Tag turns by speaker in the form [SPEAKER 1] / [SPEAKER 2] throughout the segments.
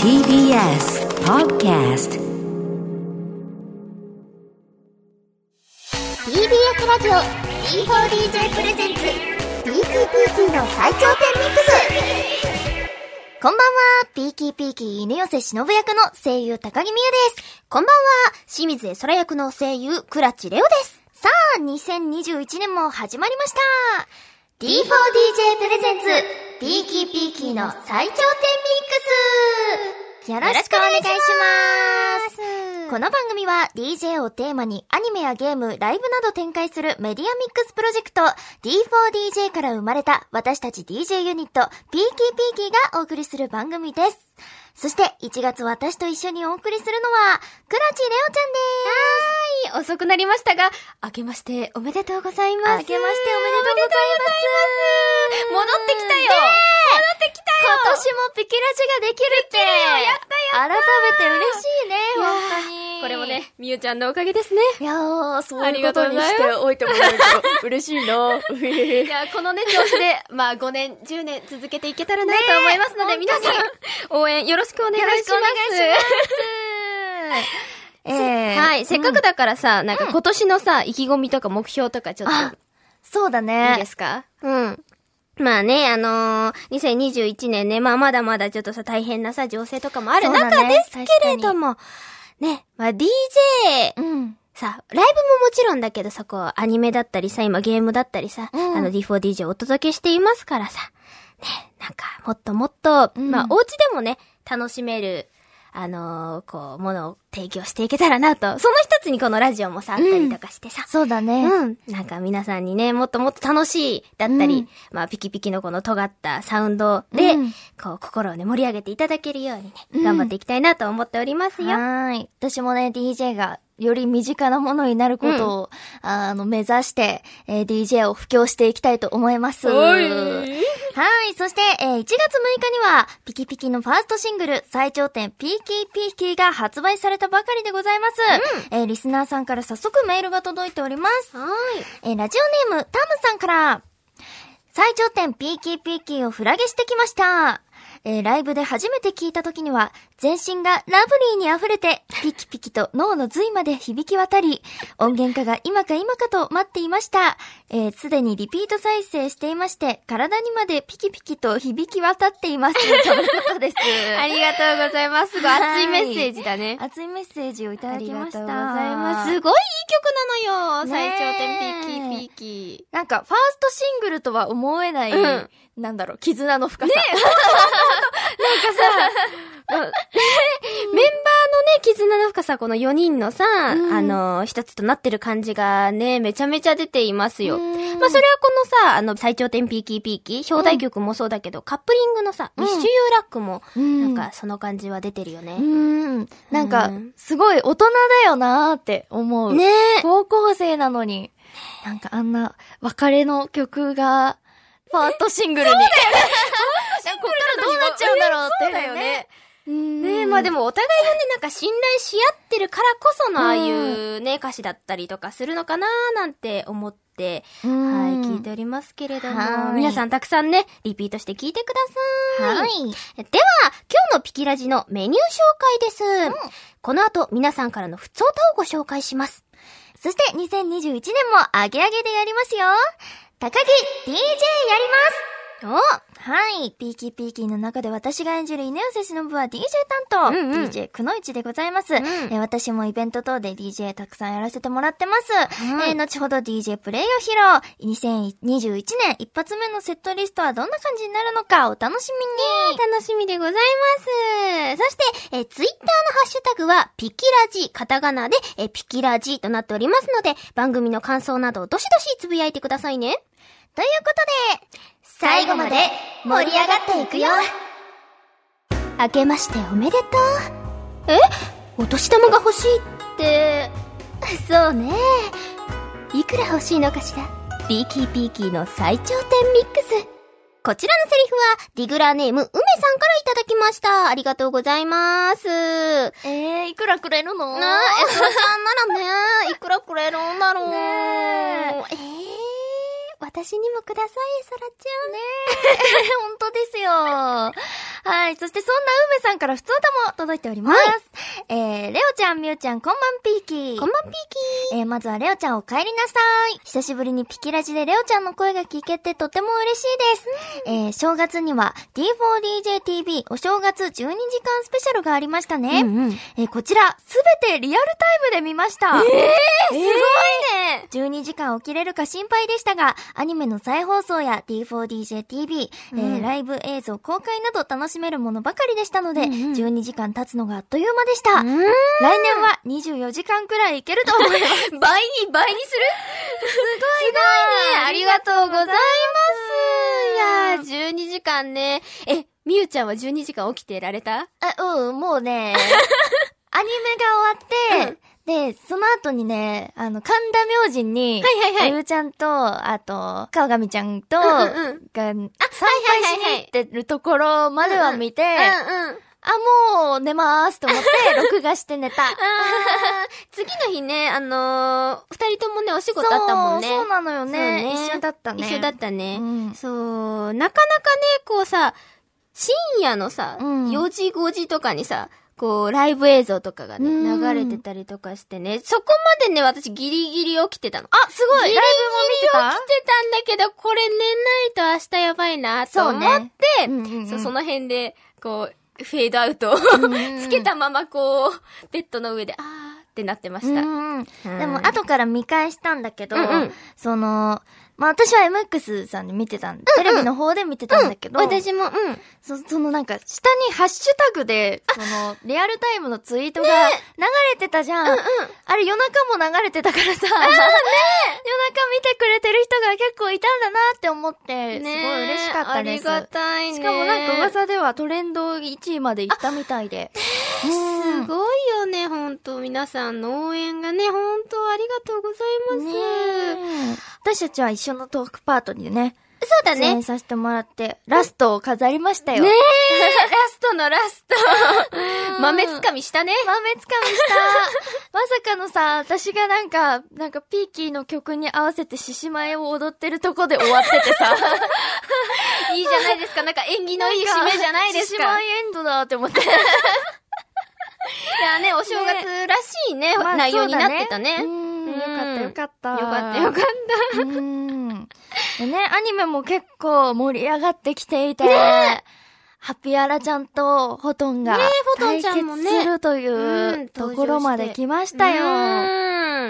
[SPEAKER 1] TBS Podcast
[SPEAKER 2] TBS ラジオ D4DJ プレゼンツ PKPK の最強ペンミックスこんばんは、ピーキーピーキー犬寄せ忍役の声優高木美優です。こんばんは、清水絵空役の声優倉地レオです。さあ、2021年も始まりました。D4DJ プレゼンツ、ピーキーピーキーの最強ペンミックスよろしくお願いします。この番組は DJ をテーマにアニメやゲーム、ライブなど展開するメディアミックスプロジェクト D4DJ から生まれた私たち DJ ユニットピーキーピーキーがお送りする番組です。そして1月私と一緒にお送りするのは、倉地レオちゃんです。はーい、遅くなりましたが、明けましておめでとうございます。明けましておめでとうございます。
[SPEAKER 3] 戻ってきたよ
[SPEAKER 2] ねえ
[SPEAKER 3] ってきた
[SPEAKER 2] 今年もピキラジができるって。
[SPEAKER 3] やったやった
[SPEAKER 2] 改めて嬉しいね、本当に。
[SPEAKER 3] これもね、みゆちゃんのおかげですね。
[SPEAKER 2] いやー、そう
[SPEAKER 3] あ
[SPEAKER 2] い
[SPEAKER 3] り
[SPEAKER 2] うこ
[SPEAKER 3] がと
[SPEAKER 2] と
[SPEAKER 3] うご
[SPEAKER 2] に
[SPEAKER 3] ざい
[SPEAKER 2] し
[SPEAKER 3] ます
[SPEAKER 2] ておいてもらえると嬉し いな。
[SPEAKER 3] いや、このね、調子で、 まあ5年、10年続けていけたらなと思いますので、
[SPEAKER 2] ねえ
[SPEAKER 3] 皆さん、応援よろしくお願いします。
[SPEAKER 2] よろしくお願いしえー
[SPEAKER 3] はい、せっかくだからさ、なんか今年のさ、意気込みとか目標とかちょっ
[SPEAKER 2] あ
[SPEAKER 3] と、、
[SPEAKER 2] そうだね。
[SPEAKER 3] いいですか
[SPEAKER 2] うん。
[SPEAKER 3] まあね、あのー、2021年ね、まあまだまだちょっとさ、大変なさ、情勢とかもある
[SPEAKER 2] そうだね
[SPEAKER 3] 中ですけれども、ね、まあ DJ、
[SPEAKER 2] うん。
[SPEAKER 3] さ、ライブももちろんだけどさ、こう、アニメだったりさ、今ゲームだったりさ、
[SPEAKER 2] うん
[SPEAKER 3] あの D4DJ お届けしていますからさ、ね、なんか、もっともっと、
[SPEAKER 2] うん
[SPEAKER 3] まあ、お家でもね、楽しめる、あのーこう、ものを提供していけたらなと、その一つにこのラジオもさ、あったりとかしてさ、
[SPEAKER 2] そうだね。
[SPEAKER 3] うん。なんか皆さんにね、もっともっと楽しいだったり、
[SPEAKER 2] うん
[SPEAKER 3] まあ、ピキピキのこの尖ったサウンドで、
[SPEAKER 2] うん
[SPEAKER 3] こう、心をね、盛り上げていただけるようにね、
[SPEAKER 2] うん
[SPEAKER 3] 頑張っていきたいなと思っておりますよ。
[SPEAKER 2] はーい。私もね、DJ がより身近なものになることを、あの、目指して、えー DJ を布教していきたいと思います。はい。そして、えー1月6日には、ピキピキのファーストシングル、最頂点、ピーキーピーキーが発売されたばかりでございます。えーリスナーさんから早速メールが届いております。
[SPEAKER 3] はーい。
[SPEAKER 2] えーラジオネーム、タムさんから、最頂点ピーキーピーキーをフラゲしてきました。えーライブで初めて聞いた時には、全身がラブリーに溢れて、ピキピキと脳の髄まで響き渡り、音源化が今か今かと待っていました。えーすでにリピート再生していまして、体にまでピキピキと響き渡っています。 ということです。
[SPEAKER 3] ありがとうございます。すごい熱いメッセージだね。
[SPEAKER 2] 熱いメッセージをいた
[SPEAKER 3] あ
[SPEAKER 2] だ
[SPEAKER 3] り
[SPEAKER 2] き
[SPEAKER 3] が
[SPEAKER 2] ました。
[SPEAKER 3] とうございます。すごいいい曲なのよ。最頂点ピーキーピーキ
[SPEAKER 2] なんか、ファーストシングルとは思えない、
[SPEAKER 3] うん
[SPEAKER 2] なんだろう、絆の深さ。
[SPEAKER 3] ー。メンバーのね、絆の深さ、この4人のさ、
[SPEAKER 2] ん
[SPEAKER 3] あの、一つとなってる感じがね、めちゃめちゃ出ていますよ。
[SPEAKER 2] うん
[SPEAKER 3] まあ、それはこのさ、あの、最頂点ピーキーピーキー、表題曲もそうだけど、カップリングのさ、
[SPEAKER 2] う
[SPEAKER 3] ミ
[SPEAKER 2] ん
[SPEAKER 3] ッシュユーラックも、
[SPEAKER 2] うん
[SPEAKER 3] なんか、その感じは出てるよ
[SPEAKER 2] う
[SPEAKER 3] ね。
[SPEAKER 2] ん。なんか
[SPEAKER 3] うん、
[SPEAKER 2] すごい大人だよなーって思う。
[SPEAKER 3] ねえ。
[SPEAKER 2] 高校生なのに、なんかあんな別れの曲が、ファーストシングルに。そうだよね。こっからどうなっちゃうんだろうって。
[SPEAKER 3] そうだよね。
[SPEAKER 2] うん。
[SPEAKER 3] ねえ、まあで
[SPEAKER 2] も、
[SPEAKER 3] もお互いがね、なんか信頼し合ってるからこそのああいうね、歌詞だったりとかするのかなーなんて思って、はい、聞いておりますけれど
[SPEAKER 2] は
[SPEAKER 3] も、
[SPEAKER 2] い
[SPEAKER 3] 皆さんたくさんね、リピートして聞いてください。
[SPEAKER 2] はい。
[SPEAKER 3] では、今日のピキラジのメニュー紹介です。この後、皆さんからの普通歌をご紹介します。
[SPEAKER 2] そして2021年もアゲアゲでやりますよ。高木 DJ やりますおはい。ピーキーピーキーの中で私が演じる稲寄せ忍は DJ 担当、
[SPEAKER 3] うんうん
[SPEAKER 2] DJ くのいちでございます、
[SPEAKER 3] ん
[SPEAKER 2] えー私もイベント等で DJ たくさんやらせてもらってます。
[SPEAKER 3] い
[SPEAKER 2] えー後ほど DJ プレイを披露。2021年一発目のセットリストはどんな感じになるのかお楽しみに。
[SPEAKER 3] 楽しみでございます。そして、えー、ツイッターのハッシュタグは、ピキラジ、カタガナで、えー、ピキラジとなっておりますので、番組の感想など、どしどしつぶやいてくださいね。
[SPEAKER 2] ということで、最後まで盛り上がっていくよ
[SPEAKER 3] 明けましておめでとう。えお年玉が欲しいって、そうね。いくら欲しいのかしら。ピーキーピーキーの最頂点ミックス。こちらのセリフは、ディグラーネーム、梅さんからいただきました。ありがとうございます。
[SPEAKER 2] えー、いくらくれるの
[SPEAKER 3] なあ、えそらちゃんならね、いくらくれるんだろう。
[SPEAKER 2] ね
[SPEAKER 3] ええ 私にもください、そらちゃん。ね
[SPEAKER 2] 本当ですよ。ははい。そしてそんな梅さんから普通歌も届いております。えー、レオちゃん、みゆちゃん、こんばんピーキー。
[SPEAKER 3] こんばんピーキー。
[SPEAKER 2] えー、まずはレオちゃんお帰りなさい。久しぶりにピキラジでレオちゃんの声が聞けてとても嬉しいです。えー、正月には D4DJTV お正月12時間スペシャルがありましたね。
[SPEAKER 3] うんうん
[SPEAKER 2] えー、こちら、すべてリアルタイムで見ました。
[SPEAKER 3] えー、すごいね。
[SPEAKER 2] 12時間起きれるか心配でしたが、アニメの再放送や D4DJTV、えーライブ映像公開など楽しめるものばかりでしたので、12時間経つのがあっという間でした。来
[SPEAKER 3] ん
[SPEAKER 2] 年は24時間くらいいけると思います。すごいね
[SPEAKER 3] 倍に倍にする
[SPEAKER 2] ありがとうございます。
[SPEAKER 3] すいやー、12時間ね。え、みゆちゃんは12時間起きてられた
[SPEAKER 2] あ、うん、もう ね、アニメが終わって、で、その後にね、あの、神田明神に、
[SPEAKER 3] はいはいはい
[SPEAKER 2] あゆちゃんと、あと、川上ちゃんと、
[SPEAKER 3] んうんうん
[SPEAKER 2] が、参拝しに行ってるところまでは見て、
[SPEAKER 3] うんうん。
[SPEAKER 2] あ、もう寝まーすと思って、 録画して寝た。
[SPEAKER 3] あー次の日ね、あのー、二人ともね、お仕事あったもんね。
[SPEAKER 2] そう、そうなのよね。
[SPEAKER 3] そうね
[SPEAKER 2] 一緒だったね。
[SPEAKER 3] 一緒だったね。
[SPEAKER 2] うん
[SPEAKER 3] そう、なかなかね、こうさ、深夜のさ、
[SPEAKER 2] うん
[SPEAKER 3] 4時5時とかにさ、こう、ライブ映像とかがね、
[SPEAKER 2] うん
[SPEAKER 3] 流れてたりとかしてね、そこまでね、私ギリギリ起きてたの。
[SPEAKER 2] あ、すごいライブも見てた
[SPEAKER 3] 起きてたんだけど、これ寝ないと明日やばいな、と思
[SPEAKER 2] そ
[SPEAKER 3] っ
[SPEAKER 2] うね
[SPEAKER 3] て、
[SPEAKER 2] うんうんうん
[SPEAKER 3] そうその辺で、こう、フェードアウトをつけたまま、こう、ベッドの上で、あーってなってました。
[SPEAKER 2] うん
[SPEAKER 3] はい
[SPEAKER 2] でも、後から見返したんだけど、
[SPEAKER 3] うんうん
[SPEAKER 2] その、まあ、私は MX さんで見てたん、テレビの方で見てたんだけど、
[SPEAKER 3] 私も、うん。
[SPEAKER 2] そそのなんか、下にハッシュタグで、その、リアルタイムのツイートが流れてたじゃん。あれ夜中も流れてたから さ、夜中見てくれてる人が結構いたんだなって思って、すごい嬉しかったです。
[SPEAKER 3] ありがたいね。
[SPEAKER 2] しかもなんか噂ではトレンド1位まで行ったみたい で。
[SPEAKER 3] すごいよね、本当皆さんの応援がね、本当ありがとうございます。
[SPEAKER 2] ねえ私たちは一緒のトークパートにね、
[SPEAKER 3] そうだ
[SPEAKER 2] 出
[SPEAKER 3] ね。
[SPEAKER 2] 演
[SPEAKER 3] ね
[SPEAKER 2] させてもらって、ラストを飾りました
[SPEAKER 3] え、
[SPEAKER 2] よ。
[SPEAKER 3] ラスト のラスト。豆つかみしたね。
[SPEAKER 2] 豆つかみした。まさかのさ、私がなんか、なんかピーキーの曲に合わせて獅子舞を踊ってるとこで終わってて さ。
[SPEAKER 3] いいじゃないですか。なんか縁起のいい締めじゃないです
[SPEAKER 2] 獅 子
[SPEAKER 3] か。
[SPEAKER 2] 舞
[SPEAKER 3] い
[SPEAKER 2] エンドだって思って。
[SPEAKER 3] やね、お正月らしいね、内容になってたね。
[SPEAKER 2] う
[SPEAKER 3] よ
[SPEAKER 2] ん、よ
[SPEAKER 3] うん
[SPEAKER 2] かったよかった。。
[SPEAKER 3] かったよかった
[SPEAKER 2] うん。でね、アニメも結構盛り上がってきていて、ハピアラちゃんとホトンが
[SPEAKER 3] ねえホト
[SPEAKER 2] 対
[SPEAKER 3] ンちゃんも
[SPEAKER 2] 決
[SPEAKER 3] ね
[SPEAKER 2] するとい
[SPEAKER 3] うん
[SPEAKER 2] うところまで来ましたよ。
[SPEAKER 3] た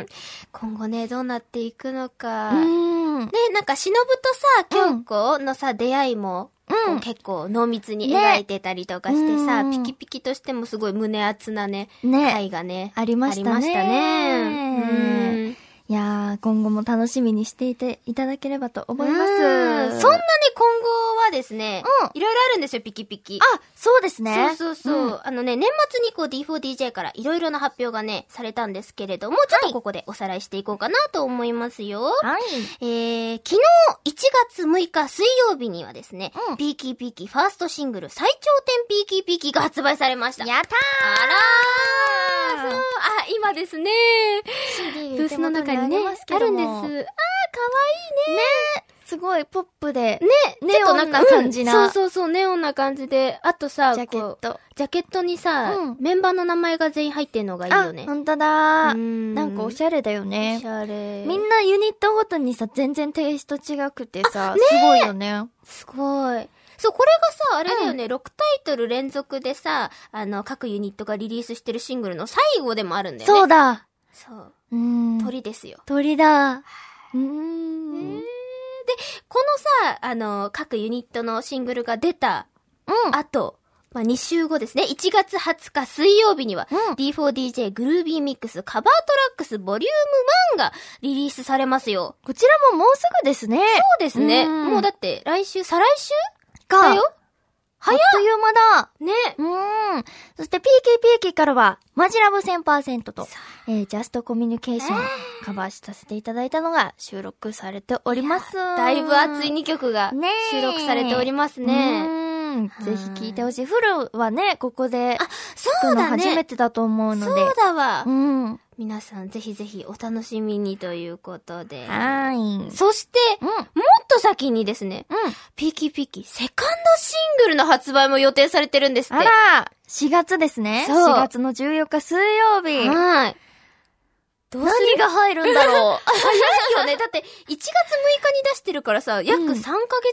[SPEAKER 3] よ。今後ね、どうなっていくのか。
[SPEAKER 2] うん。
[SPEAKER 3] ね、なんか、忍とさ、京子のさ、出会いも、
[SPEAKER 2] うん
[SPEAKER 3] こう結構濃密に描いてたりとかしてさ、
[SPEAKER 2] ねうん
[SPEAKER 3] ピキピキとしてもすごい胸熱なね、
[SPEAKER 2] ね
[SPEAKER 3] 回がね、
[SPEAKER 2] ありましたね
[SPEAKER 3] ありましたねうん
[SPEAKER 2] いやー、今後も楽しみにしていていただければと思います。
[SPEAKER 3] うんそんなね、今後はですね、
[SPEAKER 2] うん
[SPEAKER 3] いろいろあるんですよ、ピキピキ。
[SPEAKER 2] あ、そうですね。
[SPEAKER 3] そうそうそう。あのね、年末にこう D4DJ からいろいろな発表がね、されたんですけれども、ちょっとここでおさらいしていこうかなと思いますよ。
[SPEAKER 2] はい。
[SPEAKER 3] えー、昨日1月6日水曜日にはですね、
[SPEAKER 2] うん
[SPEAKER 3] ピーキーピーキーファーストシングル最頂点ピーキーピーキーが発売されました。
[SPEAKER 2] やった
[SPEAKER 3] あ
[SPEAKER 2] ー
[SPEAKER 3] らーそう、あ、今ですね。ブースの中にね、あるんです。あー、かわいいね。
[SPEAKER 2] すごいポップで、
[SPEAKER 3] ね、ちょっと
[SPEAKER 2] ネオンな感じな
[SPEAKER 3] うんそうそうそう、ネオンな感じで。あとさ、
[SPEAKER 2] ジャケット
[SPEAKER 3] こう。ジャケットにさ、
[SPEAKER 2] うん
[SPEAKER 3] メンバーの名前が全員入ってんのがいい
[SPEAKER 2] あ、
[SPEAKER 3] よね。
[SPEAKER 2] ほんとだ
[SPEAKER 3] うー
[SPEAKER 2] ー。
[SPEAKER 3] ん
[SPEAKER 2] なんかおしゃれだよね
[SPEAKER 3] おし。ゃれ。
[SPEAKER 2] みんなユニットごとにさ、全然テイスト違くてさ、
[SPEAKER 3] ね
[SPEAKER 2] すごいよね。
[SPEAKER 3] すごい。そう、これがさ、あれだよね、6タイトル連続でさ、あの、各ユニットがリリースしてるシングルの最後でもあるんだよね。
[SPEAKER 2] そうだ。
[SPEAKER 3] そう。
[SPEAKER 2] うーん。
[SPEAKER 3] 鳥ですよ。
[SPEAKER 2] 鳥だ。うー
[SPEAKER 3] えー
[SPEAKER 2] ん。
[SPEAKER 3] で、このさ、あの、各ユニットのシングルが出た
[SPEAKER 2] うん。
[SPEAKER 3] 後、まあ、2週後ですね、1月20日水曜日には、
[SPEAKER 2] うん
[SPEAKER 3] D4DJ グルービーミックスカバートラックスボリューム1がリリースされますよ。
[SPEAKER 2] こちらももうすぐですね。
[SPEAKER 3] そうですね。
[SPEAKER 2] うん
[SPEAKER 3] もうだって、来週、再来週
[SPEAKER 2] か
[SPEAKER 3] だよ
[SPEAKER 2] あっという間だ。
[SPEAKER 3] ね。
[SPEAKER 2] うーん。そして、ピーキーピーキーからは、マジラブ1000%と、えー、ジャストコミュニケーション、カバーさせていただいたのが収録されております。
[SPEAKER 3] だいぶ熱い2曲が
[SPEAKER 2] ねえ
[SPEAKER 3] 収録されております
[SPEAKER 2] う
[SPEAKER 3] ね。
[SPEAKER 2] ーん。ぜひ聞いてほしい。フルはね、ここで、
[SPEAKER 3] そ
[SPEAKER 2] 聞
[SPEAKER 3] う
[SPEAKER 2] くの
[SPEAKER 3] だ
[SPEAKER 2] 初め
[SPEAKER 3] ね。
[SPEAKER 2] てだと思うので。
[SPEAKER 3] そうだわ
[SPEAKER 2] う。ん。は
[SPEAKER 3] 皆さんぜひぜひお楽しみにということで。
[SPEAKER 2] ーい。
[SPEAKER 3] そして、
[SPEAKER 2] うん。
[SPEAKER 3] もっとと先にですね、
[SPEAKER 2] うん。
[SPEAKER 3] ピーキーピーキーセカンドシングルの発売も予定されてるんですっ
[SPEAKER 2] あ
[SPEAKER 3] て。
[SPEAKER 2] ら、4月ですね。
[SPEAKER 3] そう
[SPEAKER 2] 4月の14日水曜日。
[SPEAKER 3] はい。どうする
[SPEAKER 2] 何が入るんだろう。
[SPEAKER 3] 早い よね。だって、1月6日に出してるからさ、約
[SPEAKER 2] うん
[SPEAKER 3] 3ヶ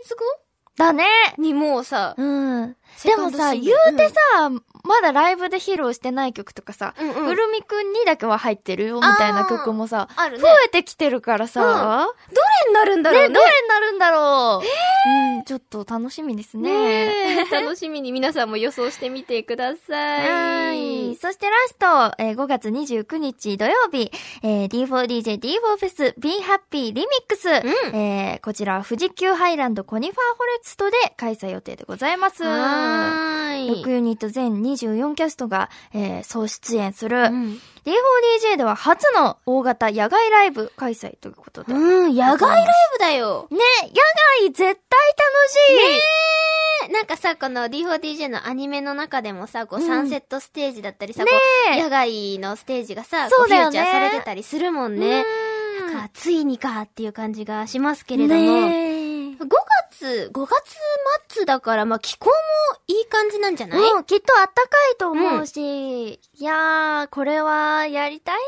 [SPEAKER 3] 月後
[SPEAKER 2] だね。
[SPEAKER 3] にもうさ、
[SPEAKER 2] うん。
[SPEAKER 3] セ
[SPEAKER 2] で
[SPEAKER 3] カ
[SPEAKER 2] も
[SPEAKER 3] ンドシング
[SPEAKER 2] さ、
[SPEAKER 3] ル
[SPEAKER 2] 言うてさ、まだライブで披露してない曲とかさ、
[SPEAKER 3] うんうん
[SPEAKER 2] うるみくんにだけは入ってるよみたいな曲もさ、
[SPEAKER 3] あるね
[SPEAKER 2] 増。えてきてるからさ、
[SPEAKER 3] どれになるんだ
[SPEAKER 2] ね、
[SPEAKER 3] ろう
[SPEAKER 2] どれ
[SPEAKER 3] ね
[SPEAKER 2] に。なるんだろう。うん、ちょっと楽しみですね。
[SPEAKER 3] ねえ楽しみに皆さんも予想してみてくださ
[SPEAKER 2] はいい。。そしてラスト、えー5月29日土曜日、えー D4DJ D4 フェス Be Happy リミックス、
[SPEAKER 3] ん
[SPEAKER 2] えーこちらは富士急ハイランドコニファーフォレストで開催予定でございます。
[SPEAKER 3] はーい。
[SPEAKER 2] 6ユニット全24キャストが、えー総出演する、
[SPEAKER 3] うん、
[SPEAKER 2] D4DJ では初の大型野外ライブ開催ということで。ね、
[SPEAKER 3] うん、野外ライブだよ。
[SPEAKER 2] 野外絶対楽しい、
[SPEAKER 3] ねなんかさ、この D4DJ のアニメの中でもさ、こう、
[SPEAKER 2] うん
[SPEAKER 3] サンセットステージだったりさ、
[SPEAKER 2] ね
[SPEAKER 3] こ
[SPEAKER 2] え
[SPEAKER 3] う野外のステージがさ、
[SPEAKER 2] そ
[SPEAKER 3] こ
[SPEAKER 2] うだよ
[SPEAKER 3] フ
[SPEAKER 2] ね
[SPEAKER 3] ィーチャーされてたりするもんね。
[SPEAKER 2] うん
[SPEAKER 3] なんか、ついにかっていう感じがしますけれども。
[SPEAKER 2] ねえ
[SPEAKER 3] 5月、5月末だから、まあ、気候もいい感じなんじゃない、
[SPEAKER 2] うん、きっとあったかいと思うし、いやー、これはやりたいね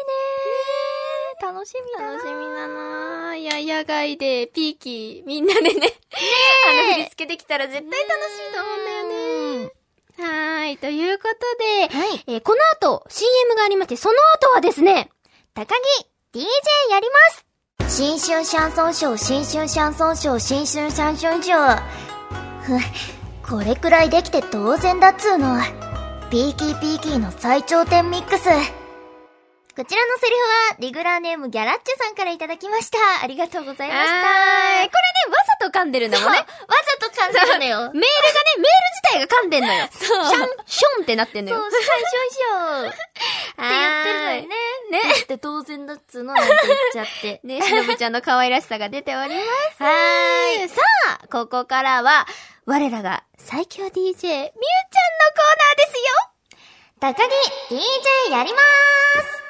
[SPEAKER 2] 楽しみだな
[SPEAKER 3] 楽しみだなぁ。いや、野外で、ピーキー、みんなでね、あの、振り付けできたら絶対楽しいと思うんだよね。
[SPEAKER 2] ね。
[SPEAKER 3] はーい、ということで、
[SPEAKER 2] はい。
[SPEAKER 3] えーこの後、CM がありまして、その後はですね、
[SPEAKER 2] 高木、DJ やります新春シャンソンショー、新春シャンソンショー、新春シャンソンショー。ふんこれくらいできて当然だっつーの。ピーキーピーキーの最頂点ミックス。こちらのセリフは、リグラーネームギャラッチュさんからいただきました。ありがとうございました。
[SPEAKER 3] はーいこれね、わざと噛んでるんだもんね。
[SPEAKER 2] わざと感じるのよ
[SPEAKER 3] メールがね、。メール自体が噛んでんのよ。シ
[SPEAKER 2] そう
[SPEAKER 3] ャン、ションってなってんの
[SPEAKER 2] そ
[SPEAKER 3] よ。
[SPEAKER 2] う、最初以上。って
[SPEAKER 3] は
[SPEAKER 2] 言ってるの
[SPEAKER 3] ーい
[SPEAKER 2] よね。ね。って当然だっつーのなんて言っちゃ って。
[SPEAKER 3] ね、しのぶちゃんの可愛らしさが出ております。はーい。さあ、ここからは、我らが最強 DJ、みゆちゃんのコーナーですよ
[SPEAKER 2] 高木 DJ やりまーす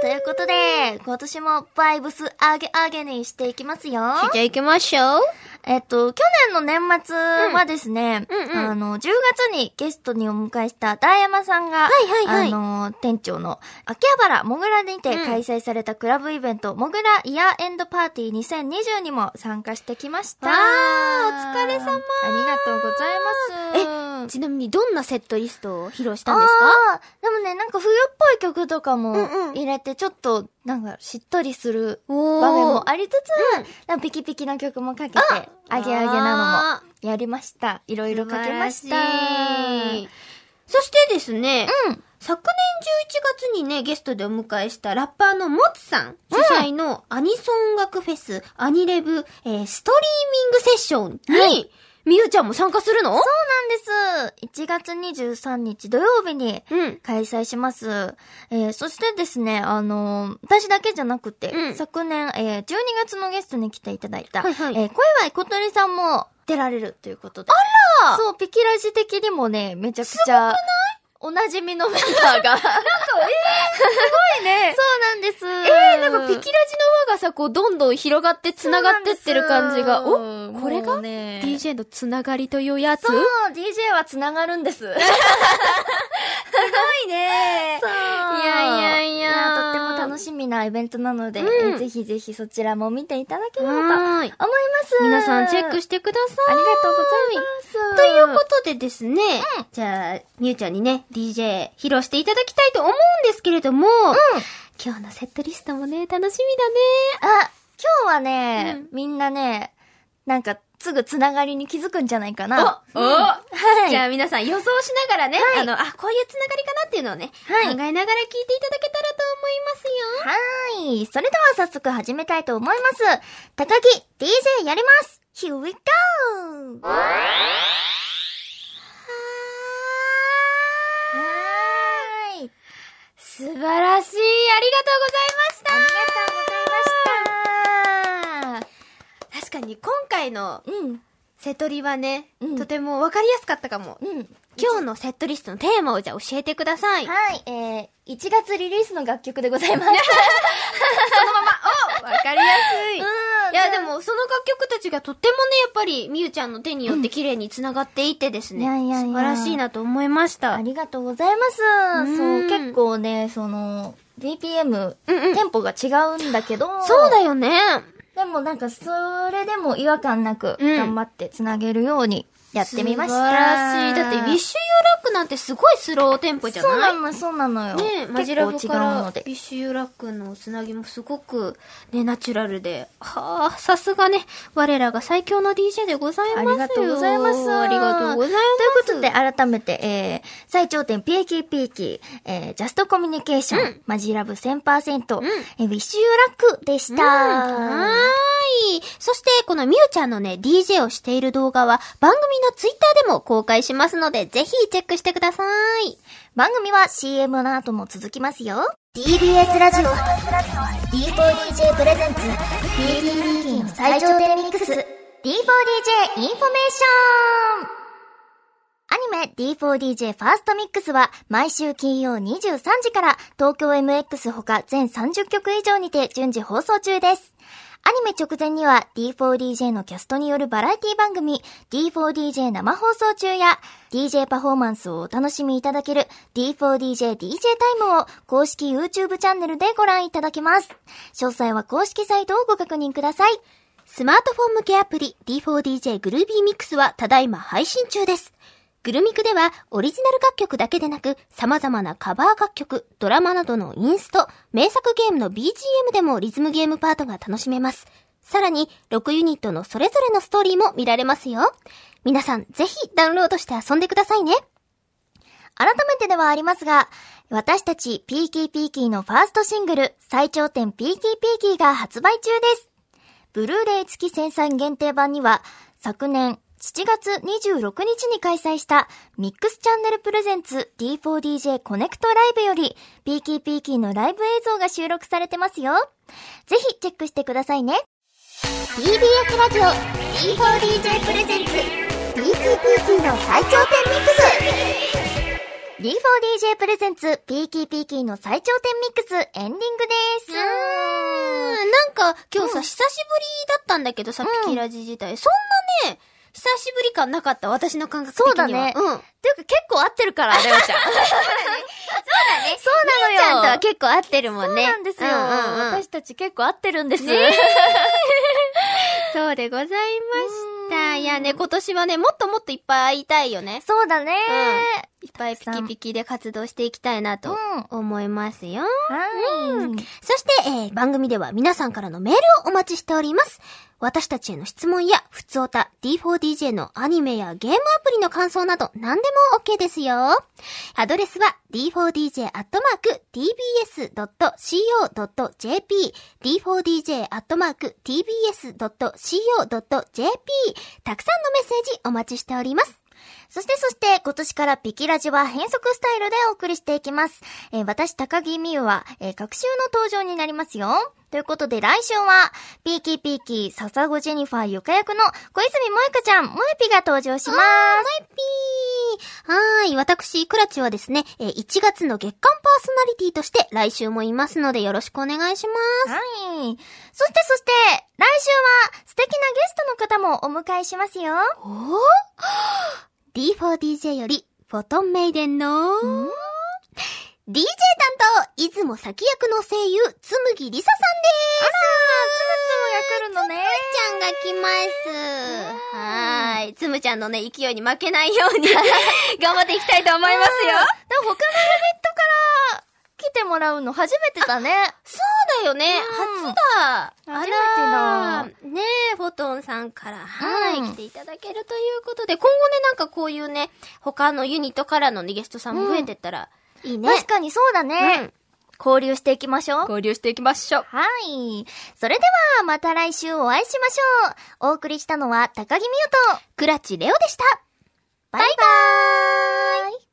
[SPEAKER 2] ということで、今年もバイブス上げ上げにしていきます よ。
[SPEAKER 3] じゃあ行きましょう。
[SPEAKER 2] えっと、去年の年末はですね、
[SPEAKER 3] うんうんうん
[SPEAKER 2] あの、10月にゲストにお迎えした大山さんが、
[SPEAKER 3] いはいはい
[SPEAKER 2] あの、店長の秋葉原もぐらにて
[SPEAKER 3] うん
[SPEAKER 2] 開催されたクラブイベント、もぐらイヤーエンドパーティー2020にも参加してきました。
[SPEAKER 3] わーお疲れ様
[SPEAKER 2] ありがとうございます。
[SPEAKER 3] ちなみにどんなセットリストを披露し
[SPEAKER 2] あ
[SPEAKER 3] たんですか
[SPEAKER 2] あーでもね、なんか冬っぽい曲とかも
[SPEAKER 3] うんうん
[SPEAKER 2] 入れて、ちょっと、なんかしっとりする
[SPEAKER 3] お
[SPEAKER 2] 場面も
[SPEAKER 3] あ
[SPEAKER 2] ありつつ、なんかピキピキな曲もかけて、アゲアゲなのもやりました。いろいろかけました。
[SPEAKER 3] そしてですね、
[SPEAKER 2] うん
[SPEAKER 3] 昨年11月にね、ゲストでお迎えしたラッパーのモツさん主催のアニソン音楽フェス、アニレブ、えーストリーミングセッションに、みゆちゃんも参加するの
[SPEAKER 2] そうなんです。1月23日土曜日に
[SPEAKER 3] うん。
[SPEAKER 2] 開催します。えーそしてですね、あのー私だけじゃなくて、
[SPEAKER 3] うん
[SPEAKER 2] 昨年、えー12月のゲストに来ていただいた、
[SPEAKER 3] はいはい
[SPEAKER 2] えー小祝小鳥さんも出られるということで。
[SPEAKER 3] あら
[SPEAKER 2] そう、ピキラジ的にもね、めちゃくちゃ、おなじみのメンバ ーが。なんか、えー、すごいね。そうなんです。
[SPEAKER 3] えー、なんかピキラジの輪がさ、こう、どんどん広がって、つながってってる感じが、
[SPEAKER 2] そう
[SPEAKER 3] お
[SPEAKER 2] なんです
[SPEAKER 3] これが
[SPEAKER 2] もうね
[SPEAKER 3] ?DJ のつながりというやつ
[SPEAKER 2] そう、DJ は繋がる んです。すごいね。そう。い
[SPEAKER 3] やいやいや
[SPEAKER 2] とっても楽しみなイベントなので、
[SPEAKER 3] うん
[SPEAKER 2] えーぜひぜひそちらも見ていただければと思いま
[SPEAKER 3] はーい。
[SPEAKER 2] す。
[SPEAKER 3] 皆さんチェック
[SPEAKER 2] して
[SPEAKER 3] してください。
[SPEAKER 2] ありがとうございます。
[SPEAKER 3] ということでですね、じゃあ、みゆちゃんにね、DJ 披露していただきたいと思うんですけれども、今日のセットリストもね、楽しみだね。
[SPEAKER 2] あ、今日はね、
[SPEAKER 3] うん
[SPEAKER 2] みんなね、なんかすぐ繋がりに気づくんじゃないかな。
[SPEAKER 3] おお
[SPEAKER 2] はい。
[SPEAKER 3] じゃあ皆さん予想しながらね、
[SPEAKER 2] はい
[SPEAKER 3] あの、あ、こういうつながりかなっていうのをね、
[SPEAKER 2] はい
[SPEAKER 3] 考えながら聞いていただけたらと思いますよ。
[SPEAKER 2] はーい。それでは早速始めたいと思います。高木、DJ やります !Here we go! はーい。
[SPEAKER 3] 素晴らしい。ありがとうございました。
[SPEAKER 2] ありがとうございまし
[SPEAKER 3] 確かに今回の
[SPEAKER 2] た。うん、
[SPEAKER 3] セトリはね、
[SPEAKER 2] うん
[SPEAKER 3] とてもわかりやすかったかも。
[SPEAKER 2] うん。
[SPEAKER 3] 今日のセットリストのテーマをじゃあ教えてください。
[SPEAKER 2] はい、えー、1月リリースの楽曲でございます。
[SPEAKER 3] そのまま、おわかりやすい。
[SPEAKER 2] うん、なん
[SPEAKER 3] いや、でも、その楽曲たちがとってもね、やっぱり、みゆちゃんの手によって綺麗に繋がっていってですね、
[SPEAKER 2] うんいやいやいや
[SPEAKER 3] 素晴らしいなと思いました。
[SPEAKER 2] あ
[SPEAKER 3] うん
[SPEAKER 2] りがとうございます。そうう、
[SPEAKER 3] ん
[SPEAKER 2] 結構ね、その、BPM、
[SPEAKER 3] うん。
[SPEAKER 2] テンポが違うんだけど、
[SPEAKER 3] そうだよね。
[SPEAKER 2] でもなんか、それでも違和感なく、
[SPEAKER 3] うん
[SPEAKER 2] 頑張ってつなげるようにやってみました。
[SPEAKER 3] 素晴らしい。だって、ウィッシュ・ユーラックなんてすごいスローテンポじゃ
[SPEAKER 2] そうな
[SPEAKER 3] な
[SPEAKER 2] いの、そうなのよ。
[SPEAKER 3] ねえ、マ
[SPEAKER 2] 結
[SPEAKER 3] ジラ
[SPEAKER 2] 構
[SPEAKER 3] ブ
[SPEAKER 2] 違
[SPEAKER 3] か
[SPEAKER 2] う
[SPEAKER 3] ら、
[SPEAKER 2] の
[SPEAKER 3] ビ
[SPEAKER 2] で。
[SPEAKER 3] ッシュユーラックのつなぎもすごく、ね、ナチュラルで。はあ、さすがね、我らが最強の DJ でございますよ。
[SPEAKER 2] ありがとうございます
[SPEAKER 3] ありがとうござい
[SPEAKER 2] とい
[SPEAKER 3] ま
[SPEAKER 2] うことで、改めて、えー、最頂点、ピーキーピーキー、えー、ジャストコミュニケーション、
[SPEAKER 3] うん
[SPEAKER 2] マジラブ1000%、
[SPEAKER 3] ん
[SPEAKER 2] えーウィッシュユーラックでし
[SPEAKER 3] す。
[SPEAKER 2] た。
[SPEAKER 3] はーい。そして、このみゆちゃんのね、DJ をしている動画は、番組のツイッターでも公開しますので、ぜひチェックしてください。
[SPEAKER 2] 番組は CM の後も続きますよ。
[SPEAKER 4] TBS ラジオ D4DJ プレゼンツ DDDD の最頂点ミックス
[SPEAKER 2] D4DJ インフォメーションアニメ D4DJ ファーストミックスは毎週金曜23時から東京 MX ほか全30曲以上にて順次放送中です。アニメ直前には D4DJ のキャストによるバラエティ番組 D4DJ 生放送中や DJ パフォーマンスをお楽しみいただける D4DJDJ タイムを公式 YouTube チャンネルでご覧いただけます。詳細は公式サイトをご確認ください。
[SPEAKER 3] スマートフォン向けアプリ D4DJ グルービーミックスはただいま配信中です。グルミクではオリジナル楽曲だけでなく様々なカバー楽曲、ドラマなどのインスト、名作ゲームの BGM でもリズムゲームパートが楽しめます。さらに6ユニットのそれぞれのストーリーも見られますよ。皆さんぜひダウンロードして遊んでくださいね。
[SPEAKER 2] 改めてではありますが、私たちピーキーピーキーのファーストシングル、最頂点ピーキーピーキーが発売中です。ブルーレイ付き生産限定版には、昨年7月26日に開催したミックスチャンネルプレゼンツ D4DJ コネクトライブより、ピーキーピーキーのライブ映像が収録されてますよ。ぜひチェックしてくださいね。
[SPEAKER 4] TBS ラジオ D4DJ プレゼンツ DDDD の最頂点ミックス
[SPEAKER 2] D4DJ プレゼンツピーキーピーキーの最頂点ミックスエンディングです。
[SPEAKER 3] うん、なんか今日さ、久しぶりだったんだけどさ、ピキラジ自体。そんなね、久しぶり感なかった、私の感覚的には。
[SPEAKER 2] そうだね
[SPEAKER 3] うん。
[SPEAKER 2] ていうか結構合ってるから、レ オちゃん。そうだね。
[SPEAKER 3] ち
[SPEAKER 2] そう
[SPEAKER 3] ゃんと
[SPEAKER 2] なの
[SPEAKER 3] は
[SPEAKER 2] よ。
[SPEAKER 3] 結構合ってるもんね。
[SPEAKER 2] そうなんですよ。
[SPEAKER 3] うんうんうん
[SPEAKER 2] 私たち結構合ってるんです。
[SPEAKER 3] そうでございました。いやね、今年はね、もっともっといっぱい会いたいよね。
[SPEAKER 2] そうだね。
[SPEAKER 3] いっぱいピキピキで活動していきたいなと
[SPEAKER 2] う
[SPEAKER 3] 思いますよ。
[SPEAKER 2] はい。
[SPEAKER 3] そして、えー番組では皆さんからのメールをお待ちしております。私たちへの質問や、ふつおた、D4DJ のアニメやゲームアプリの感想など、何でも OK ですよ。アドレスは、d4dj.tbs.co.jp、d4dj.tbs.co.jp、たくさんのメッセージお待ちしております。
[SPEAKER 2] そしてそして、今年からピキラジは変則スタイルでお送りしていきます。えー私、高木美優は、えー、各週の登場になりますよ。ということで、来週は、ピーキーピーキー、笹子ジェニファーゆか役の小泉萌香ちゃん、萌えぴが登場します。
[SPEAKER 3] はーい。私、クラチはですね、えー1月の月間パーソナリティとして来週もいますのでよろしくお願いします。
[SPEAKER 2] はい。そしてそして、来週は素敵なゲストの方もお迎えしますよ。
[SPEAKER 3] おー D4DJ より、フォトンメイデンの、DJ 担当、出雲咲役の声優、つむぎりささんでー
[SPEAKER 2] つむつ
[SPEAKER 3] す。
[SPEAKER 2] むが来るのね
[SPEAKER 3] つむちゃんが来ます。はーい。つむちゃんのね、勢いに負けないように、 頑張っていきたいと思いますよ。
[SPEAKER 2] でも他のラビットから来てもらうの初めてだね。
[SPEAKER 3] そうだよね。
[SPEAKER 2] うん
[SPEAKER 3] 初だ。
[SPEAKER 2] 初めてだ
[SPEAKER 3] あらねえ、フォトンさんから、はい、
[SPEAKER 2] うん
[SPEAKER 3] 来ていただけるということで、今後ね、なんかこういうね、他のユニットからのねゲストさんも増えてったら、いいね。
[SPEAKER 2] 確かにそうだね、
[SPEAKER 3] うん
[SPEAKER 2] 交流していきましょう。
[SPEAKER 3] 交流していきましょう。
[SPEAKER 2] はい。それでは、また来週お会いしましょう。お送りしたのは高木美優と、
[SPEAKER 3] クラッチレオでした。
[SPEAKER 2] バイバーイ